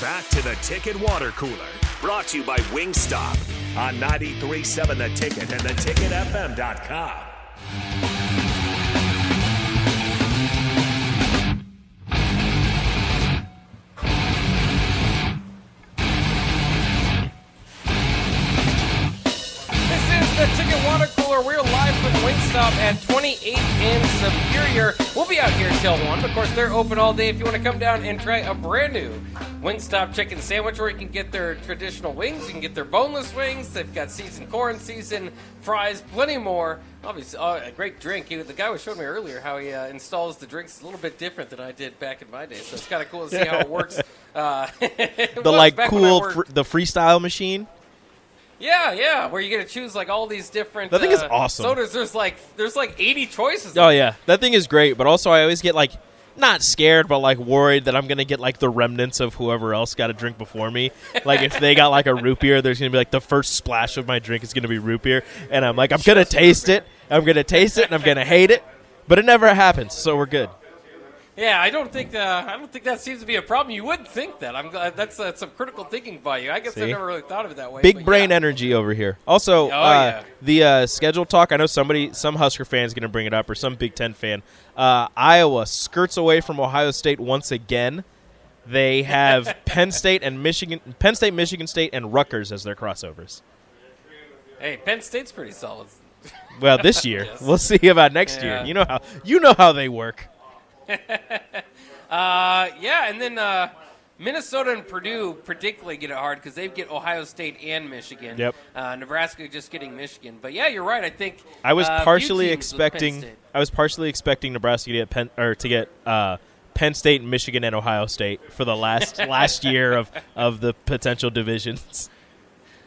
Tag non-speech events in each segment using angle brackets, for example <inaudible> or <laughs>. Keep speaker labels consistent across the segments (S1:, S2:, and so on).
S1: Back to the Ticket Water Cooler, brought to you by Wingstop on 93.7 The Ticket and theticketfm.com.
S2: This is the Ticket Water Cooler. We're live from Wingstop at 28th in Superior. We'll be out here till 1. Of course, they're open all day if you want to come down and try a brand new Wingstop chicken sandwich, or you can get their traditional wings. You can get their boneless wings. They've got seasoned corn, seasoned fries, plenty more. Obviously, uh, a great drink. He- the guy was showing me earlier how he uh, installs the drinks a little bit different than I did back in my day. So it's kind of cool to see how it
S3: <laughs>
S2: works. Uh, <laughs> it
S3: the
S2: was
S3: like
S2: back when I
S3: cool
S2: worked.
S3: fr- the freestyle machine.
S2: Yeah, yeah, where you get to choose like all these different.
S3: That thing is
S2: uh,
S3: awesome.
S2: Sodas, there's like there's like 80 choices.
S3: Oh yeah, that thing is great. But also, I always get like not scared, but like worried that I'm gonna get like the remnants of whoever else got a drink before me. Like if they got like a root beer, there's gonna be like the first splash of my drink is gonna be root beer, and I'm like, I'm gonna taste it. I'm gonna taste it, and I'm gonna hate it. But it never happens, so we're good.
S2: Yeah, I don't think uh, I don't think that seems to be a problem. You would think that. I'm glad that's uh, some critical thinking by you. I guess I
S3: See?
S2: never really thought of it that way.
S3: Big
S2: but
S3: brain
S2: yeah.
S3: energy over here. Also,
S2: Oh,
S3: uh,
S2: yeah.
S3: the uh, schedule talk. I know somebody, some Husker fan's going to bring it up, or some Big Ten fan. Uh, Iowa skirts away from Ohio State once again.
S2: <laughs>
S3: They have Penn State and Michigan, Penn State, Michigan State, and Rutgers as their crossovers.
S2: Hey, Penn State's pretty solid.
S3: Well,
S2: <laughs>
S3: this year
S2: Yes.
S3: we'll see about next
S2: Yeah.
S3: year. You know how you know how they work.
S2: Uh, yeah, and then uh, Minnesota and Purdue particularly get it hard because they get Ohio State and Michigan.
S3: Yep.
S2: Uh, Nebraska just getting Michigan, but yeah, you're right. I think
S3: I was
S2: uh, a few
S3: partially
S2: teams with Penn
S3: expecting.
S2: State.
S3: I was partially expecting Nebraska to get Penn or to get uh, Penn State, Michigan, and Ohio State for the
S2: <laughs>
S3: last last year of of the potential divisions.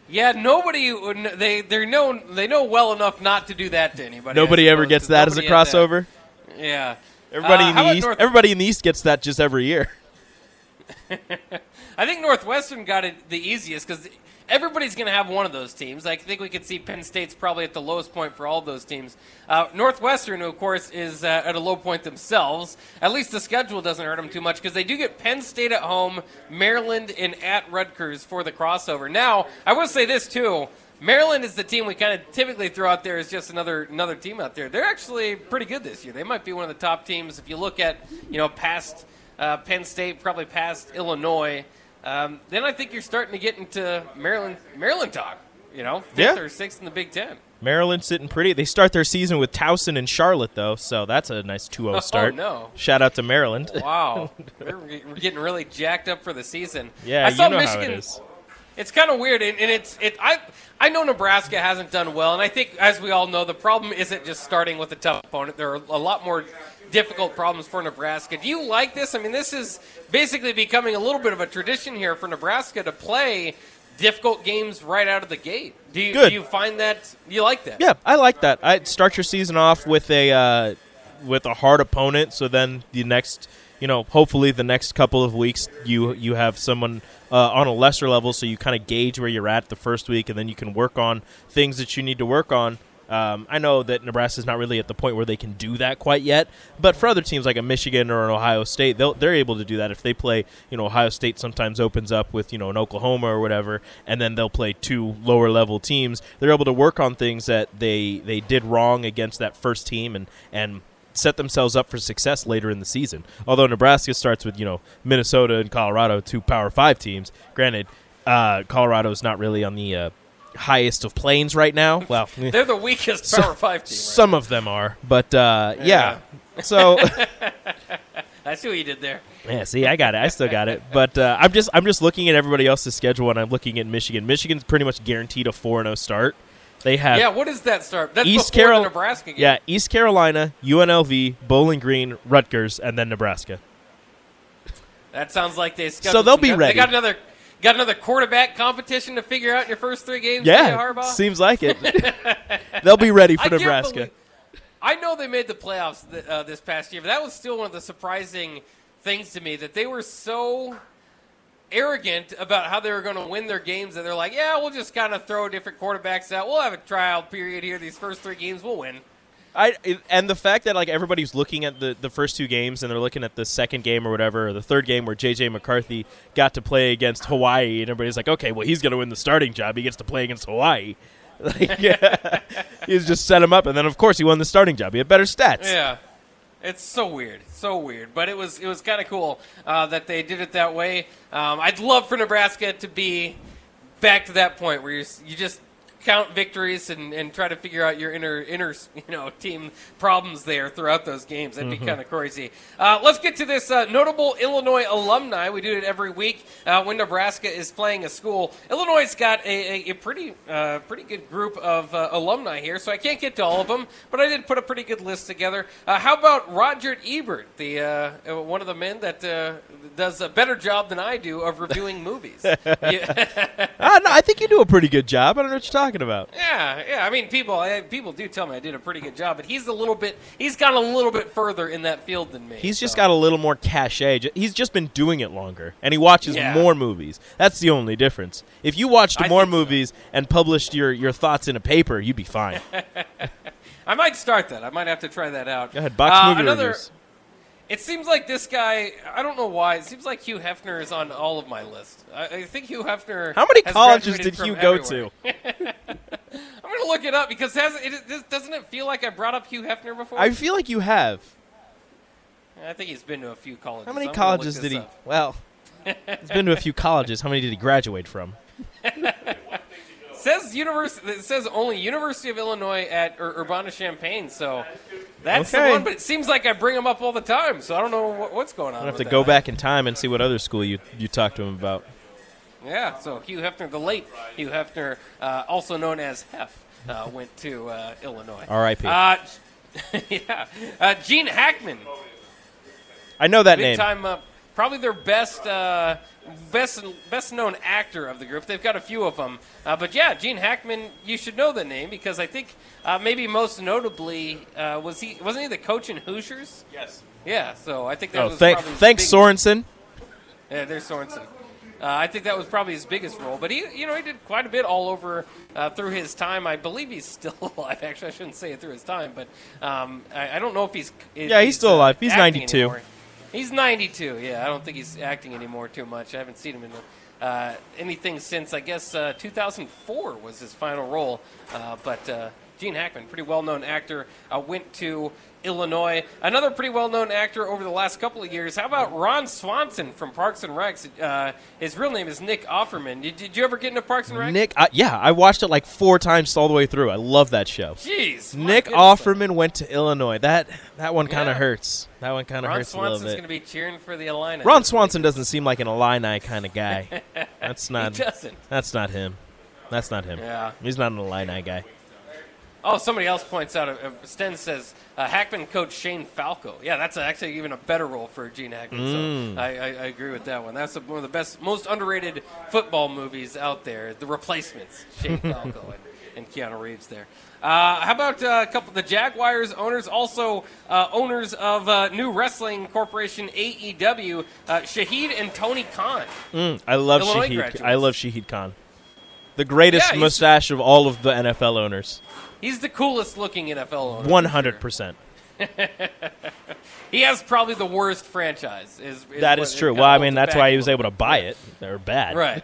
S2: Yeah, nobody. would kn- They they know they know well enough not to do that to anybody. I
S3: <laughs> Nobody ever
S2: suppose,
S3: gets
S2: 'cause
S3: that as a
S2: nobody had that.
S3: crossover.
S2: Yeah.
S3: Everybody
S2: Uh,
S3: in
S2: how
S3: the
S2: about
S3: east,
S2: North-
S3: everybody in the east gets that just every year.
S2: I think Northwestern got it the easiest because everybody's going to have one of those teams. I think we could see Penn State's probably at the lowest point for all those teams. Uh, Northwestern, who, of course, is uh, at a low point themselves. At least the schedule doesn't hurt them too much because they do get Penn State at home, Maryland, and at Rutgers for the crossover. Now, I will say this too. Maryland is the team we kind of typically throw out there as just another another team out there. They're actually pretty good this year. They might be one of the top teams if you look at you know past uh, Penn State, probably past Illinois. Um, then I think you're starting to get into Maryland Maryland talk. You know, fifth
S3: Yeah.
S2: or sixth in the Big Ten.
S3: Maryland sitting pretty. They start their season with Towson and Charlotte though, so that's a nice
S2: <laughs>
S3: 2-0
S2: Oh,
S3: start.
S2: no.
S3: Shout out
S2: <laughs>
S3: to Maryland.
S2: Wow,
S3: <laughs>
S2: we're, we're getting really jacked up for the season.
S3: Yeah,
S2: I saw
S3: you know
S2: Michigan.
S3: how it is.
S2: It's kind of weird, and, and it's it. I I know Nebraska hasn't done well, and I think as we all know, the problem isn't just starting with a tough opponent. There are a lot more difficult problems for Nebraska. Do you like this? I mean, this is basically becoming a little bit of a tradition here for Nebraska to play difficult games right out of the gate. Do you,
S3: Good.
S2: do you find that you like that?
S3: Yeah, I like that. I start your season off with a uh, with a hard opponent, so then the next, you know, hopefully the next couple of weeks you you have someone uh, on a lesser level, so you kind of gauge where you're at the first week, and then you can work on things that you need to work on. Um, I know that Nebraska's not really at the point where they can do that quite yet, but for other teams like a Michigan or an Ohio State, they'll, they're able to do that if they play. You know, Ohio State sometimes opens up with you know an Oklahoma or whatever, and then they'll play two lower level teams. They're able to work on things that they they did wrong against that first team and and set themselves up for success later in the season. Although Nebraska starts with you know Minnesota and Colorado, two Power Five teams. Granted, uh, Colorado's not really on the uh, highest of planes right now. Well.
S2: <laughs> they're the weakest Power Five team. right?
S3: Some of them are, but uh, yeah.
S2: <laughs>
S3: So <laughs>
S2: I see what you did there.
S3: yeah, see, I got it. I still got it. But uh, I'm just I'm just looking at everybody else's schedule, and I'm looking at Michigan. Michigan's pretty much guaranteed a four and zero start. They have
S2: Yeah, what is that start? That's
S3: East
S2: before
S3: Carolina,
S2: the Nebraska game.
S3: Yeah, East Carolina, UNLV, Bowling Green, Rutgers, and then Nebraska.
S2: That sounds like they scheduled.
S3: So they'll
S2: some
S3: be
S2: guys-
S3: ready.
S2: They got another got another quarterback competition to figure out in your first three games.
S3: Yeah,
S2: Jay Harbaugh.
S3: seems
S2: <laughs>
S3: like it. They'll be ready for
S2: I can't
S3: Nebraska.
S2: believe- I know they made the playoffs th- uh, this past year, but that was still one of the surprising things to me that they were so arrogant about how they were going to win their games that they're like, yeah, we'll just kind of throw different quarterbacks out. We'll have a trial period here. These first three games, we'll win.
S3: I and the fact that like everybody's looking at the, the first two games and they're looking at the second game or whatever, or the third game where JJ McCarthy got to play against Hawaii, and everybody's like, okay, well he's going to win the starting job. He gets to play against Hawaii. <laughs> Like,
S2: <laughs>
S3: yeah, he's just set him up, and then of course he won the starting job. He had better stats.
S2: Yeah, it's so weird, so weird. But it was it was kind of cool uh, that they did it that way. Um, I'd love for Nebraska to be back to that point where you you just count victories and, and try to figure out your inner inner <laughs> you know team problems there throughout those games. That'd be kind of crazy. Uh, let's get to this uh, notable Illinois alumni. We do it every week uh, when Nebraska is playing a school. Illinois's got a, a, a pretty uh, pretty good group of uh, alumni here, so I can't get to all of them, but I did put a pretty good list together. Uh, how about Roger Ebert, the uh, one of the men that uh, does a better job than I do of reviewing movies. Yeah.
S3: I, Ah, I think you do a pretty good job. I don't know what you're talking about.
S2: Yeah, yeah. I mean, people I, people do tell me I did a pretty good job, but he's a little bit he's gone a little bit further in that field than me.
S3: He's just
S2: so.
S3: got a little more cachet. Ju- He's just been doing it longer, and he watches
S2: Yeah.
S3: more movies. That's the only difference. If you watched
S2: I
S3: more
S2: think so.
S3: movies and published your, your thoughts in a paper, you'd
S2: <laughs>
S3: be fine.
S2: I might start that. I might have to try that out.
S3: Go ahead, box
S2: Uh,
S3: movie
S2: another-
S3: reviews.
S2: It seems like this guy. I don't know why. It seems like Hugh Hefner is on all of my list. I, I think Hugh Hefner.
S3: How many
S2: has
S3: colleges
S2: graduated
S3: did
S2: from
S3: Hugh go
S2: everywhere.
S3: to?
S2: I'm gonna look it up because has, it, it, doesn't it feel like I brought up Hugh Hefner before?
S3: I feel like you have.
S2: I think he's been to a few colleges.
S3: How many
S2: I'm gonna look
S3: colleges
S2: this
S3: did he?
S2: up.
S3: Well, he's been to
S2: <laughs>
S3: a few colleges. How many did he graduate from?
S2: Says university. It says only University of Illinois at Ur- Urbana Champaign. So that's
S3: Okay.
S2: the one. But it seems like I bring him up all the time. So I don't know what, what's going on.
S3: I have to
S2: with
S3: go
S2: that.
S3: back in time and see what other school you you talked to him about.
S2: Yeah. So Hugh Hefner, the late Hugh Hefner, uh, also known as Hef, uh, went to uh, Illinois.
S3: R.I.P..
S2: Uh, <laughs> yeah. Uh, Gene Hackman,
S3: I know that
S2: big
S3: name.
S2: time. Uh, probably their best, uh, best, best known actor of the group. They've got a few of them, uh, but yeah, Gene Hackman. You should know the name because I think uh, maybe most notably uh, was he wasn't he the coach in Hoosiers?
S4: Yes.
S2: Yeah. So I think that
S3: Oh,
S2: was
S3: thank,
S2: probably his
S3: thanks,
S2: big-
S3: Sorensen.
S2: Yeah, there's Sorensen. Uh, I think that was probably his biggest role, but he, you know, he did quite a bit all over uh, through his time. I believe he's still <laughs> alive. Actually, I shouldn't say it through his time, but um, I, I don't know if he's. if
S3: Yeah, he's still
S2: uh,
S3: alive. He's
S2: acting
S3: 92.
S2: anymore. He's 92. Yeah, I don't think he's acting anymore too much. I haven't seen him in uh, anything since I guess uh, 2004 was his final role. Uh, but uh, Gene Hackman, pretty well-known actor, uh, went to Illinois. Another pretty well-known actor over the last couple of years. How about Ron Swanson from Parks and Recs? Uh, his real name is Nick Offerman. Did, did you ever get into Parks and Rec?
S3: Nick, I, yeah, I watched it like four times all the way through. I love that show.
S2: Jeez, my
S3: Nick
S2: goodness.
S3: Offerman went to Illinois. That that one kind
S2: Yeah.
S3: of hurts. That one kind of
S2: Ron
S3: hurts a
S2: Swanson's
S3: little
S2: going
S3: bit.
S2: to be cheering for the Illini.
S3: Ron Swanson doesn't seem like an Illini kind
S2: <laughs>
S3: of guy. That's not.
S2: doesn't.
S3: That's not him. That's not him.
S2: Yeah.
S3: He's not an Illini guy.
S2: Oh, somebody else points out. Uh, uh, Sten says uh, Hackman coach Shane Falco. Yeah, that's actually even a better role for Gene Hackman.
S3: Mm.
S2: So I, I, I agree with that one. That's one of the best, most underrated football movies out there. The Replacements,
S3: <laughs>
S2: Shane Falco and, and Keanu Reeves. There. Uh, how about uh, a couple of the Jaguars owners, also uh, owners of uh, new wrestling corporation AEW, uh, Shahid and Tony Khan.
S3: Mm, I love
S2: Illinois
S3: Shahid.
S2: graduates.
S3: I love Shahid Khan. The greatest
S2: Yeah, he's-
S3: mustache of all of the NFL owners.
S2: He's the coolest looking NFL owner. for sure.
S3: One hundred percent.
S2: He has probably the worst franchise. Is, is
S3: That
S2: what-
S3: is true.
S2: kinda
S3: Well, I
S2: holds
S3: mean,
S2: it
S3: that's
S2: back
S3: why
S2: a
S3: he was
S2: little
S3: able to buy it. They were bad.
S2: bit. right?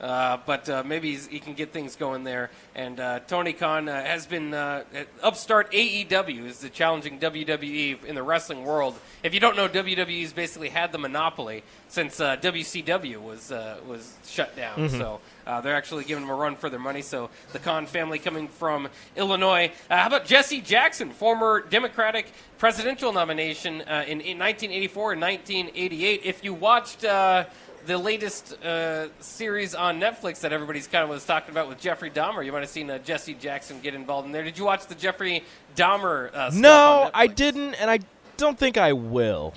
S2: Uh, but uh, maybe he's, he can get things going there. And uh, Tony Khan uh, has been uh, at upstart AEW is the challenging WWE in the wrestling world. If you don't know, WWE's basically had the monopoly since uh, WCW was uh, was shut down. So uh, they're actually giving them a run for their money. So the Khan family coming from Illinois. Uh, how about Jesse Jackson, former Democratic presidential nomination uh, in, in 1984 and 1988? If you watched. Uh, the latest uh, series on Netflix that everybody's kind of was talking about with Jeffrey Dahmer. You might have seen uh, Jesse Jackson get involved in there. Did you watch the Jeffrey Dahmer? Uh, stuff
S3: No,
S2: on
S3: I
S2: Netflix?
S3: didn't, and I don't think I will.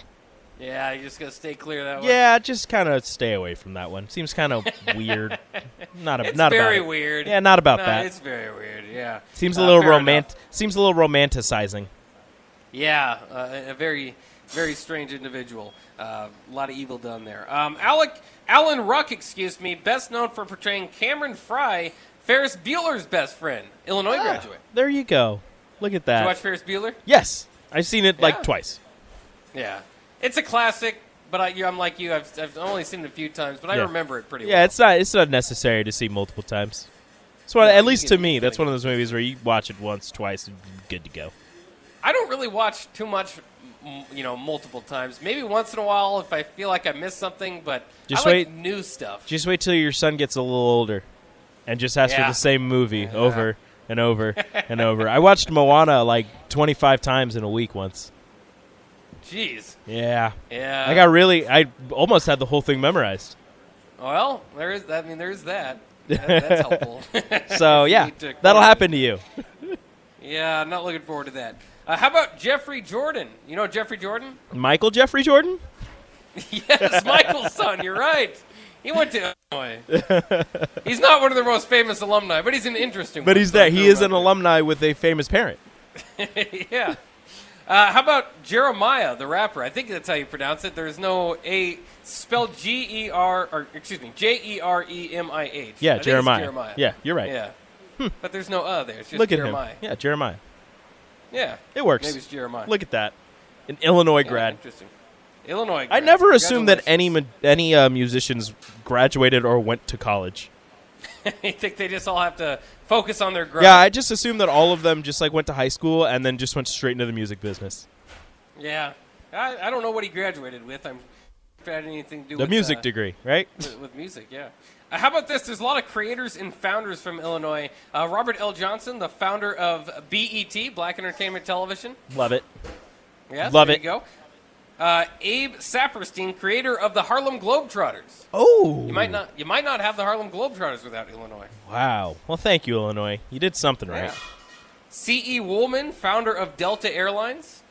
S2: Yeah, you're just gonna stay clear of that one.
S3: Yeah, just kind of stay away from that one. Seems kind of
S2: <laughs>
S3: weird. Not a,
S2: it's
S3: not
S2: very
S3: about it.
S2: weird.
S3: Yeah, not about
S2: No,
S3: that.
S2: It's very weird. Yeah,
S3: Seems
S2: Uh,
S3: a little
S2: fair enough.
S3: romant. Seems a little romanticizing.
S2: Yeah, uh, a very, very strange individual. Uh, a lot of evil done there. Um, Alec Alan Ruck, excuse me, best known for portraying Cameron Fry, Ferris Bueller's best friend, Illinois
S3: Ah, Uh,
S2: graduate.
S3: there you go. Look at
S2: Did
S3: that.
S2: you watch Ferris Bueller?
S3: yes, I've seen it
S2: Yeah.
S3: like twice.
S2: Yeah, it's a classic. But I, you- I'm like you. I've, I've only seen it a few times, but I
S3: Yeah.
S2: remember it pretty well.
S3: Yeah, it's not it's not necessary to see multiple times. It's one,
S2: Yeah,
S3: at
S2: you
S3: least
S2: can-
S3: to me,
S2: you
S3: that's
S2: can-
S3: one of those movies where you watch it once, twice, and you're good to go.
S2: I don't really watch too much, m- you know, multiple times. Maybe once in a while if I feel like I missed something, but
S3: Just
S2: I
S3: wait.
S2: like new stuff.
S3: Just wait till your son gets a little older, and just ask
S2: Yeah.
S3: for the same movie over and over and over. I watched Moana like 25 times in a week once.
S2: Jeez.
S3: Yeah,
S2: Yeah.
S3: I got really, I almost had the whole thing
S2: <laughs>
S3: memorized.
S2: Well, there is. I mean, there's
S3: <laughs>
S2: that. that that's helpful. <laughs>
S3: So
S2: You
S3: yeah,
S2: need to
S3: that'll
S2: quote it.
S3: happen to you.
S2: yeah, I'm not looking forward to that. Uh, how about Jeffrey Jordan? You know Jeffrey Jordan?
S3: Michael Jeffrey Jordan.
S2: yes, Michael's son. You're right. He went to Illinois. he's not one of the most famous alumni, but he's an interesting.
S3: But
S2: one,
S3: he's
S2: so I
S3: that. He
S2: feel
S3: is an
S2: about
S3: alumni with a famous parent.
S2: it. <laughs> yeah. Uh, how about Jeremiah, the rapper? I think that's how you pronounce it. There's no a spelled G E R or excuse me J E R E M I H. I
S3: Yeah,
S2: think it's
S3: Jeremiah.
S2: Jeremiah.
S3: Yeah, you're right. Hmm.
S2: Yeah. But there's no uh there. It's just
S3: Look at
S2: Jeremiah.
S3: him. Yeah, Jeremiah.
S2: Yeah.
S3: It works.
S2: Maybe it's Jeremiah.
S3: Look at that. An Illinois
S2: Yeah,
S3: grad.
S2: Interesting. Illinois
S3: I
S2: grad.
S3: never assumed that
S2: Congratulations.
S3: any mu- any uh, musicians graduated or went to college.
S2: I think <laughs> they just all have to focus on their grind.
S3: Yeah, I just assumed that all of them just like went to high school and then just went straight into the music business.
S2: Yeah. I, I don't know what he graduated with. I'm if it had anything to do
S3: The
S2: with
S3: music
S2: uh,
S3: degree,
S2: <laughs>
S3: right?
S2: with, with music, yeah. Uh, how about this? There's a lot of creators and founders from Illinois. Uh, Robert L. Johnson, the founder of BET, Black Entertainment Television.
S3: Love it.
S2: Yeah,
S3: Love
S2: there
S3: it.
S2: you go. Uh, Abe Saperstein, creator of the Harlem Globetrotters.
S3: Oh,
S2: You might not, you might not have the Harlem Globetrotters without Illinois.
S3: Wow. Well, thank you, Illinois. You did something right.
S2: Yeah. C.E. Woolman, founder of Delta Airlines.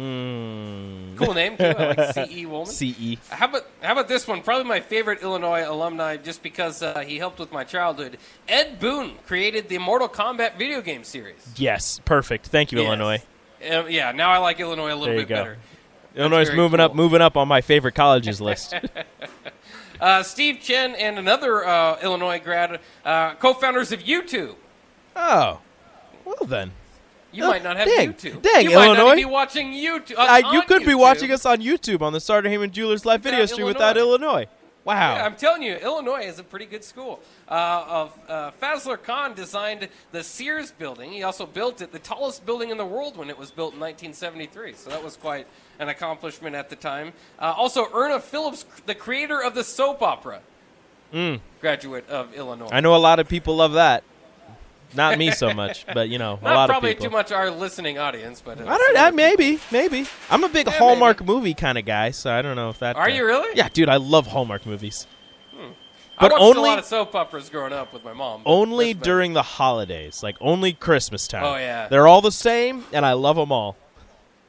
S3: Hmm.
S2: Cool name, too. I like
S3: <laughs>
S2: C.E. Woolman.
S3: Ce.
S2: how about how about this one? Probably my favorite Illinois alumni, just because uh, he helped with my childhood. Ed Boon created the Mortal Kombat video game series.
S3: Yes. Perfect. Thank you, Illinois.
S2: Yes. Um, yeah, now I like Illinois a little
S3: There you
S2: bit
S3: go.
S2: better.
S3: Illinois is
S2: very
S3: moving up,
S2: cool.
S3: moving up on my favorite <laughs> colleges list.
S2: Uh, Steve Chen and another uh, Illinois grad, uh, co-founders of YouTube.
S3: oh. Well then.
S2: You
S3: Oh,
S2: might not have
S3: dang.
S2: YouTube.
S3: Dang,
S2: you might not
S3: Illinois.
S2: be watching YouTube. uh,
S3: I,
S2: on
S3: you could be
S2: YouTube.
S3: watching us on YouTube on the Starter Heyman Jewelers live video
S2: Without
S3: stream without Illinois. Wow.
S2: Yeah, I'm telling you, Illinois is a pretty good school. Uh, of uh, Fazlur Khan designed the Sears building. He also built it, the tallest building in the world when it was built in 1973. So that was quite an accomplishment at the time. Uh, also, Erna Phillips, the creator of the soap opera, graduate of Illinois.
S3: Hmm. I know a lot of people love that. Not
S2: <laughs>
S3: me so much, but you know, a
S2: Not
S3: lot
S2: probably
S3: of people.
S2: too much our listening audience, but uh,
S3: I
S2: some
S3: don't. I,
S2: of the people-
S3: maybe, maybe. I'm a big
S2: Yeah,
S3: Hallmark movie kind of guy, so I don't know if that.
S2: Are
S3: uh,
S2: you really? Hmm.
S3: Yeah, dude, I love Hallmark movies.
S2: I
S3: But
S2: watched a
S3: only,
S2: lot of soap operas growing up with my mom. but
S3: only
S2: that's about it.
S3: during the holidays, like only Christmas time.
S2: Oh, yeah.
S3: they're all the same, and I love them all.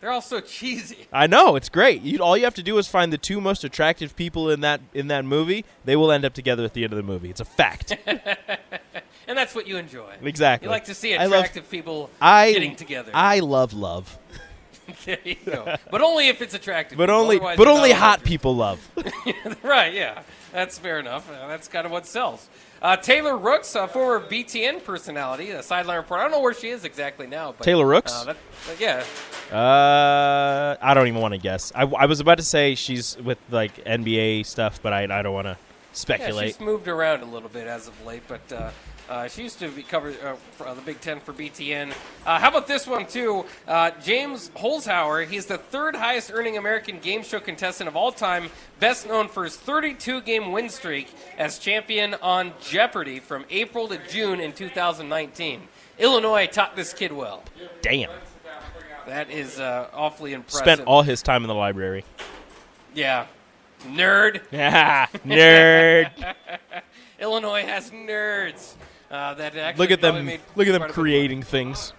S2: They're all so cheesy.
S3: I know it's great. You, all you have to do is find the two most attractive people in that in that movie. They will end up together at the end of the movie. It's
S2: <laughs>
S3: a fact.
S2: And that's what you enjoy.
S3: Exactly.
S2: You like to see
S3: I love-
S2: attractive people
S3: I
S2: getting together.
S3: I love love,
S2: There <laughs> you go. But only if it's attractive.
S3: but
S2: people.
S3: only
S2: Otherwise,
S3: but
S2: it's
S3: only
S2: not
S3: hot
S2: attractive.
S3: people love.
S2: <laughs> right? Yeah, that's fair enough. Uh, that's kind of what sells. Uh, Taylor Rooks, a former BTN personality, a sideline reporter. I don't know where she is exactly now. But,
S3: Taylor Rooks?
S2: Uh, that, but yeah,
S3: Uh, I don't even want to guess. I, I was about to say she's with like NBA stuff, but I, I don't want to
S2: yeah,
S3: speculate.
S2: she's moved around a little bit as of late, but. Uh, uh, she used to be cover uh, for, uh, the Big Ten for BTN. Uh, how about this one too? Uh, James Holzhauer. He's the third highest earning American game show contestant of all time, best known for his 32 game win streak as champion on Jeopardy from April to June in 2019. Illinois taught this kid well.
S3: Damn,
S2: That is uh, awfully impressive.
S3: spent all his time in the library. <laughs>
S2: yeah, nerd.
S3: Nerd.
S2: Illinois has nerds. Uh, that actually
S3: look at
S2: probably
S3: them.
S2: made
S3: Look at
S2: quite
S3: them
S2: a bit-
S3: creating things.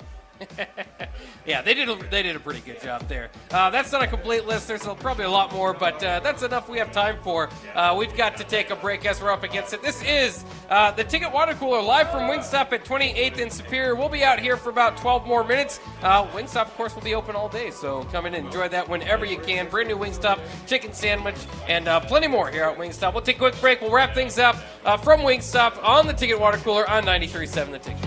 S2: Yeah, they did. A, they did a pretty good job there. Uh, that's not a complete list. There's probably a lot more, but uh, that's enough. We have time for. Uh, we've got to take a break as we're up against it. This is uh, the Ticket Water Cooler live from Wingstop at 28th and Superior. We'll be out here for about 12 more minutes. Uh, Wingstop, of course, will be open all day, so come in and enjoy that whenever you can. Brand new Wingstop chicken sandwich and uh, plenty more here at Wingstop. We'll take a quick break. We'll wrap things up uh, from Wingstop on the Ticket Water Cooler on 93.7 The Ticket.